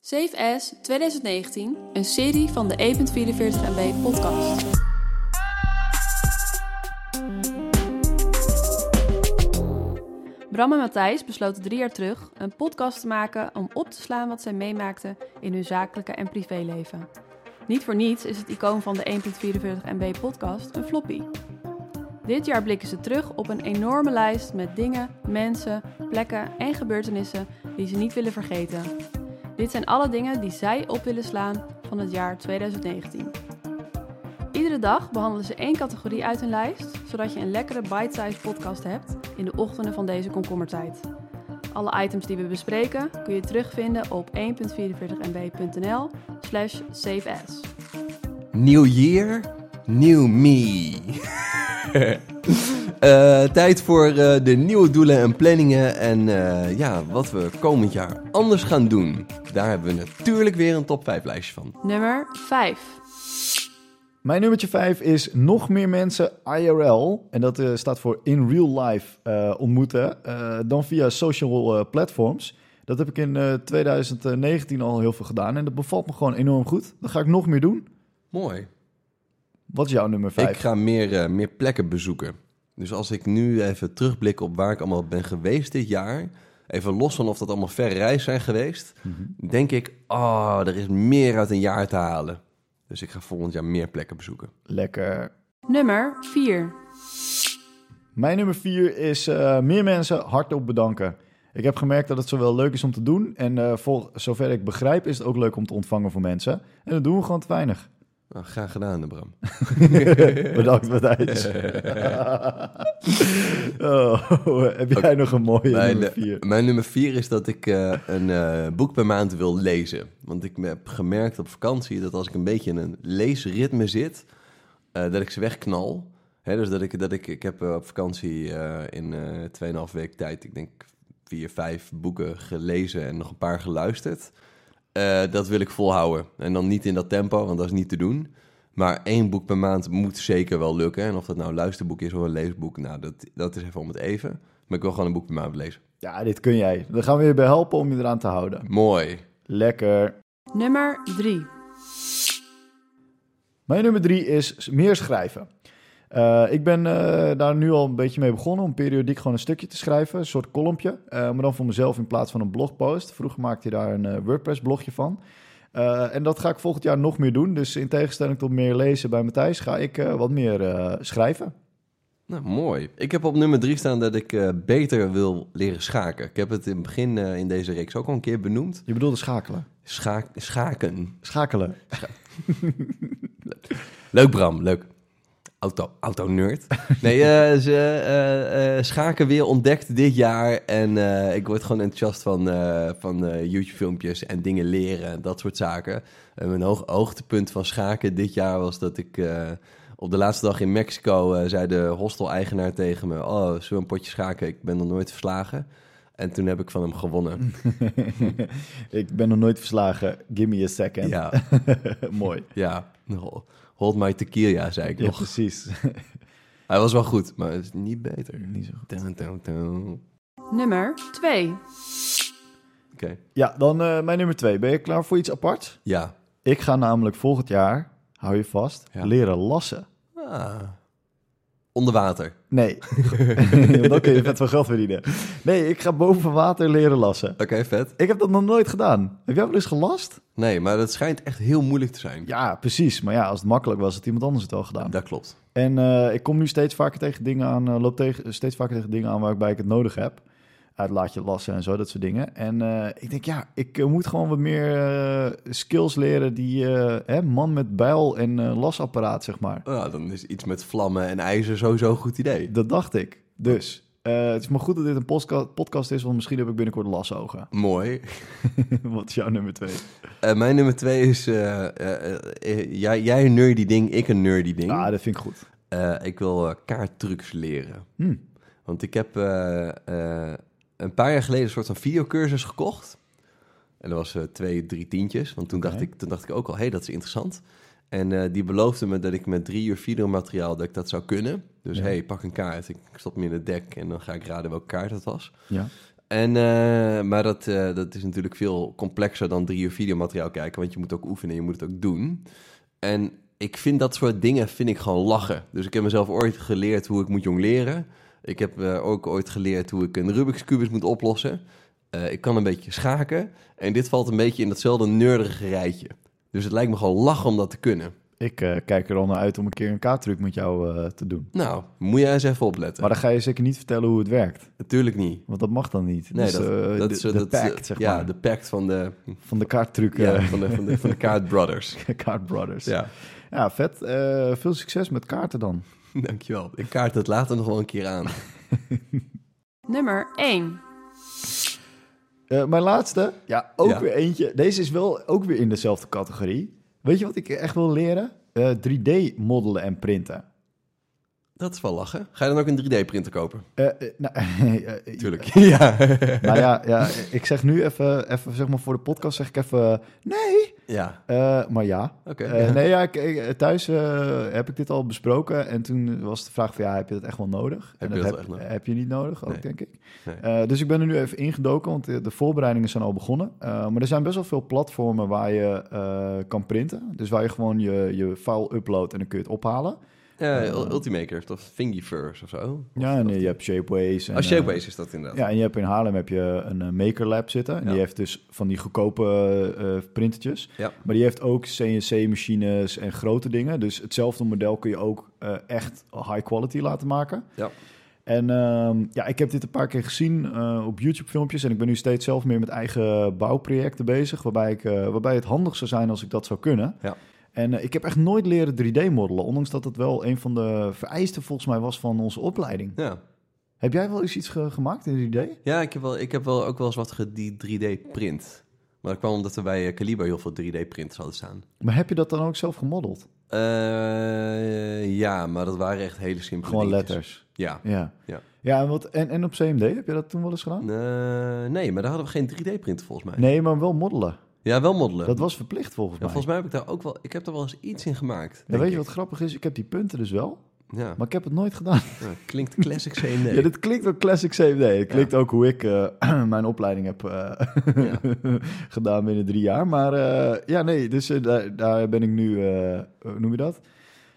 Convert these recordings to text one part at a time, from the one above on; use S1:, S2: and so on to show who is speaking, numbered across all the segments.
S1: Safe As 2019, een serie van de 144 MB podcast. Bram en Matthijs besloten drie jaar terug een podcast te maken om op te slaan wat zij meemaakten in hun zakelijke en privéleven. Niet voor niets is het icoon van de 1.44 MB podcast een floppy. Dit jaar blikken ze terug op een enorme lijst met dingen, mensen, plekken en gebeurtenissen die ze niet willen vergeten. Dit zijn alle dingen die zij op willen slaan van het jaar 2019. Iedere dag behandelen ze één categorie uit hun lijst, zodat je een lekkere bite-sized podcast hebt in de ochtenden van deze komkommertijd. Alle items die we bespreken kun je terugvinden op 1.44mb.nl slash saveas.
S2: Nieuw year, nieuw me. Eh, tijd voor eh, de nieuwe doelen en planningen en eh, ja, wat we komend jaar anders gaan doen. Daar hebben we natuurlijk weer een top 5 lijstje van.
S1: Nummer 5.
S3: Mijn nummertje 5 is nog meer mensen IRL. En dat eh, staat voor in real life eh, ontmoeten. eh, dan via social eh, platforms. Dat heb ik in eh, 2019 al heel veel gedaan. En dat bevalt me gewoon enorm goed. Dat ga ik nog meer doen.
S2: Mooi.
S3: Wat is jouw nummer
S2: Ik
S3: 5?
S2: ga meer, eh, meer plekken bezoeken. Dus als ik nu even terugblik op waar ik allemaal ben geweest dit jaar... even los van of dat allemaal verre reis zijn geweest... denk ik, oh, er is meer uit een jaar te halen. Dus ik ga volgend jaar meer plekken bezoeken.
S3: Lekker.
S1: Nummer 4.
S3: Mijn nummer 4 is eh, meer mensen hardop bedanken. Ik heb gemerkt dat het zowel leuk is om te doen. En eh, voor zover ik begrijp, is het ook leuk om te ontvangen voor mensen. En dat doen we gewoon te weinig.
S2: Nou, graag gedaan, Bram.
S3: Bedankt, Matthijs. oh, heb jij nog een mooie
S2: Mijn, eh,
S3: nummer vier?
S2: mijn nummer vier is dat ik eh, een eh, boek per maand wil lezen. Want ik heb gemerkt op vakantie dat als ik een beetje in een leesritme zit, eh, dat ik ze wegknal. Hè, dus dat ik, dat ik, ik heb eh, op vakantie eh, in eh 2,5 week tijd, ik denk vier, vijf boeken gelezen en nog een paar geluisterd. Eh, dat wil ik volhouden. En dan niet in dat tempo, want dat is niet te doen. Maar één boek per maand moet zeker wel lukken. En of dat nou een luisterboek is of een leesboek, nou, dat, dat is even om het even. Maar ik wil gewoon een boek per maand lezen.
S3: Ja, dit kun jij. Dan gaan we je bij helpen om je eraan te houden.
S2: Mooi.
S3: Lekker.
S1: Nummer 3.
S3: Mijn nummer drie is meer schrijven. Eh, ik ben eh, daar nu al een beetje mee begonnen om periodiek gewoon een stukje te schrijven, een soort kolompje. Eh, maar dan voor mezelf in plaats van een blogpost. Vroeger maakte je daar een eh, WordPress-blogje van. Eh, en dat ga ik volgend jaar nog meer doen. Dus in tegenstelling tot meer lezen bij Matthijs ga ik eh, wat meer eh, schrijven.
S2: Nou, mooi. Ik heb op nummer drie staan dat ik eh, beter wil leren schaken. Ik heb het in het begin eh, in deze reeks ook al een keer benoemd.
S3: Je bedoelde schakelen.
S2: Schaak- schaken.
S3: Schakelen.
S2: Leuk, Bram. Leuk. Auto, auto-nerd. Nee, eh, ze, eh, eh, schaken weer ontdekt dit jaar. En eh, ik word gewoon enthousiast van, eh, van eh, YouTube-filmpjes en dingen leren en dat soort zaken. En mijn hoog, hoogtepunt van schaken dit jaar was dat ik eh, op de laatste dag in Mexico eh, zei de hostel-eigenaar tegen me: Oh, zullen we een potje schaken? Ik ben nog nooit verslagen. En toen heb ik van hem gewonnen.
S3: ik ben nog nooit verslagen. Give me a second.
S2: Ja,
S3: Mooi.
S2: ja. Hold my tequila, zei ik
S3: Ja,
S2: nog.
S3: precies.
S2: Hij was wel goed, maar het is niet beter.
S3: Niet zo goed.
S2: Dun, dun, dun.
S1: Nummer 2.
S2: Oké,
S3: Ja, dan eh, mijn nummer twee. Ben je klaar voor iets apart?
S2: ja.
S3: Ik ga namelijk volgend jaar, hou je vast,
S2: Ja.
S3: leren lassen.
S2: Ah. Onder water.
S3: Nee, Want dan kun je vet veel geld verdienen. Nee, ik ga boven water leren lassen.
S2: Oké, vet.
S3: Ik heb dat nog nooit gedaan. Heb jij wel eens gelast?
S2: Nee, maar dat schijnt echt heel moeilijk te zijn.
S3: Ja, precies. Maar ja, als het makkelijk was, had iemand anders het al gedaan.
S2: Dat klopt.
S3: En eh, ik kom nu steeds vaker tegen dingen aan, eh, loop tegen, steeds vaker tegen dingen aan waarbij ik het nodig heb. Uit laat je lassen en zo, dat soort dingen. En eh, ik denk, ja, ik eh, moet gewoon wat meer eh, skills leren die eh, hè, man met bijl en eh, lasapparaat, zeg maar.
S2: Ah, dan is iets met vlammen en ijzer sowieso een goed idee.
S3: Dat dacht ik. Dus, eh, het is maar goed dat dit een postka- podcast is, want misschien heb ik binnenkort lasogen.
S2: Mooi.
S3: wat is jouw nummer twee?
S2: Eh, mijn nummer twee is... eh, eh, eh, jij, jij een nerdy ding, ik een nerdy ding.
S3: Ah, dat vind ik goed.
S2: Eh, ik wil eh, kaarttrucs leren.
S3: Hm.
S2: Want ik heb eh, eh, een paar jaar geleden een soort van videocursus gekocht. En dat was eh, twee, drie tientjes. Want toen, dacht,
S3: Oké.
S2: ik, toen dacht ik ook al, hé, hey, dat is interessant. En eh, die beloofde me dat ik met drie uur videomateriaal dat ik dat zou kunnen. Dus
S3: Ja.
S2: hé, hey, pak een kaart. Ik stop me in het dek en dan ga ik raden welke kaart het was.
S3: Ja.
S2: Eh, En, eh, maar dat, eh, dat is natuurlijk veel complexer dan drie uur videomateriaal kijken. Want je moet ook oefenen, je moet het ook doen. En ik vind dat soort dingen vind ik gewoon lachen. Dus ik heb mezelf ooit geleerd hoe ik moet jongleren. Ik heb eh, ook ooit geleerd hoe ik een Rubik's Cubus moet oplossen. Eh, ik kan een beetje schaken. En dit valt een beetje in datzelfde nerdige rijtje. Dus het lijkt me gewoon lachen om dat te kunnen.
S3: Ik eh, kijk er al naar uit om een keer een kaarttruc met jou eh, te doen.
S2: Nou, moet jij eens even opletten.
S3: Maar dan ga je zeker niet vertellen hoe het werkt.
S2: Natuurlijk niet.
S3: Want dat mag dan niet.
S2: Nee,
S3: dus,
S2: dat,
S3: eh,
S2: dat
S3: de,
S2: is eh,
S3: de
S2: dat, eh,
S3: pact, zeg
S2: ja,
S3: maar.
S2: de pact van de,
S3: Van de kaarttruc,
S2: ja,
S3: eh
S2: van de, van de, van de Kaart Brothers.
S3: Kaart Brothers. Ja,
S2: Ja,
S3: vet. Eh, veel succes met kaarten dan.
S2: dankjewel. Ik kaart het later nog wel een keer aan.
S1: Nummer 1.
S3: Eh, mijn laatste, ja, ook
S2: Ja.
S3: weer eentje. Deze is wel ook weer in dezelfde categorie. Weet je wat ik echt wil leren? Eh, 3D modellen en printen.
S2: Dat is wel lachen. Ga je dan ook een 3D-printer kopen?
S3: Eh, eh, nou, eh,
S2: Tuurlijk. Ja.
S3: Nou ja, ja, ik zeg nu even, even zeg maar voor de podcast zeg ik even nee,
S2: ja,
S3: Eh, maar ja.
S2: oké.
S3: Eh,
S2: ja.
S3: Nee, ja, ik, ik- thuis eh, heb ik dit al besproken en toen was de vraag van ja, heb je dat echt wel nodig? en
S2: je
S3: dat
S2: dat
S3: heb,
S2: echt nodig?
S3: heb je niet nodig, ook
S2: Nee.
S3: denk ik.
S2: Nee.
S3: Eh, dus ik ben er nu even ingedoken, want de, de voorbereidingen zijn al begonnen. Eh, maar er zijn best wel veel platformen waar je eh, kan printen. Dus waar je gewoon je, je file uploadt en dan kun je het ophalen.
S2: Ja, Ul- Ultimaker of Thingiverse of zo.
S3: Ja, en je hebt Shapeways. En,
S2: Oh,
S3: eh,
S2: Shapeways is dat inderdaad.
S3: Ja, en je hebt in Haarlem heb je een eh, Maker Lab zitten. En
S2: Ja.
S3: die heeft dus van die goedkope eh, eh, printertjes.
S2: Ja.
S3: Maar die heeft ook CNC-machines en grote dingen. Dus hetzelfde model kun je ook eh, echt high quality laten maken.
S2: Ja.
S3: En ehm, ja, ik heb dit een paar keer gezien eh, op YouTube-filmpjes. En ik ben nu steeds zelf meer met eigen bouwprojecten bezig. Waarbij, ik, eh, waarbij het handig zou zijn als ik dat zou kunnen.
S2: Ja.
S3: En eh, ik heb echt nooit leren 3D-modellen. Ondanks dat dat wel een van de vereisten volgens mij was van onze opleiding.
S2: Ja.
S3: Heb jij wel eens iets ge- gemaakt in 3D?
S2: Ja, ik heb, wel, ik heb wel ook wel eens wat gedie 3D-print. Maar dat kwam omdat we bij eh, Caliber heel veel 3D-printers hadden staan.
S3: Maar heb je dat dan ook zelf gemodeld?
S2: Eh, ja, maar dat waren echt hele simpele
S3: Gewoon
S2: dingetjes.
S3: letters.
S2: Ja.
S3: Ja.
S2: Ja.
S3: ja en, wat, en, en op CMD heb je dat toen wel eens gedaan?
S2: Eh, nee, maar daar hadden we geen 3D-printer volgens mij.
S3: Nee, maar wel moddelen.
S2: Ja, wel moddelen.
S3: Dat was verplicht volgens
S2: Ja,
S3: mij.
S2: volgens mij heb ik daar ook wel... Ik heb daar wel eens iets in gemaakt,
S3: En
S2: denk
S3: weet
S2: ik.
S3: je wat grappig is? Ik heb die punten dus wel,
S2: Ja.
S3: maar ik heb het nooit gedaan.
S2: Ja, klinkt classic CMD.
S3: Ja, dit klinkt ook classic CMD. Het klinkt ook hoe ik eh, mijn opleiding heb eh,
S2: Ja.
S3: gedaan binnen drie jaar. Maar eh, ja, nee, dus eh, daar, daar ben ik nu, eh, hoe noem je dat?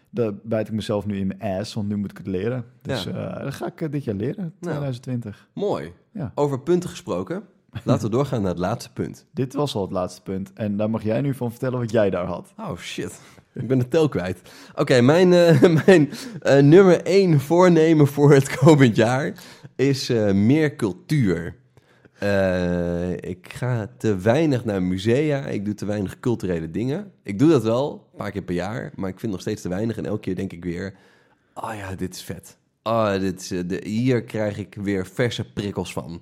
S3: Daar bijt ik mezelf nu in mijn ass, want nu moet ik het leren. Dus
S2: Ja. Nou.
S3: eh, dat ga ik eh, dit jaar leren, 2020.
S2: Mooi.
S3: Ja.
S2: Over punten gesproken. Laten we doorgaan naar het laatste punt.
S3: Dit was al het laatste punt. En daar mag jij nu van vertellen wat jij daar had.
S2: Oh shit. Ik ben de tel kwijt. Oké, mijn, eh, mijn eh, nummer één voornemen voor het komend jaar is eh, meer cultuur. Eh, ik ga te weinig naar musea. Ik doe te weinig culturele dingen. Ik doe dat wel, een paar keer per jaar. Maar ik vind nog steeds te weinig. En elke keer denk ik weer: oh ja, dit is vet. Oh, dit is, eh, de, hier krijg ik weer verse prikkels van.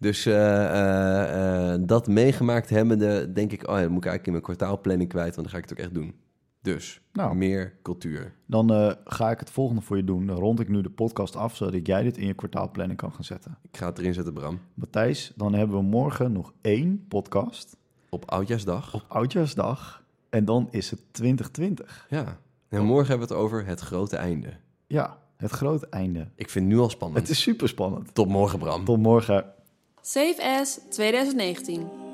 S2: Dus eh, eh, eh, dat meegemaakt hebbende, denk ik, oh ja, dat moet ik eigenlijk in mijn kwartaalplanning kwijt, want dan ga ik het ook echt doen. Dus,
S3: Nou.
S2: meer cultuur.
S3: Dan eh, ga ik het volgende voor je doen. Dan rond ik nu de podcast af, zodat jij dit in je kwartaalplanning kan gaan zetten.
S2: Ik ga het erin zetten, Bram.
S3: Matthijs, dan hebben we morgen nog één podcast.
S2: Op Oudjaarsdag.
S3: Oudjaarsdag. En dan is het 2020.
S2: Ja. En morgen hebben we het over het grote einde.
S3: Ja, het grote einde.
S2: Ik vind het nu al spannend.
S3: Het is super spannend.
S2: Tot morgen, Bram.
S3: Tot morgen.
S1: Save As 2019.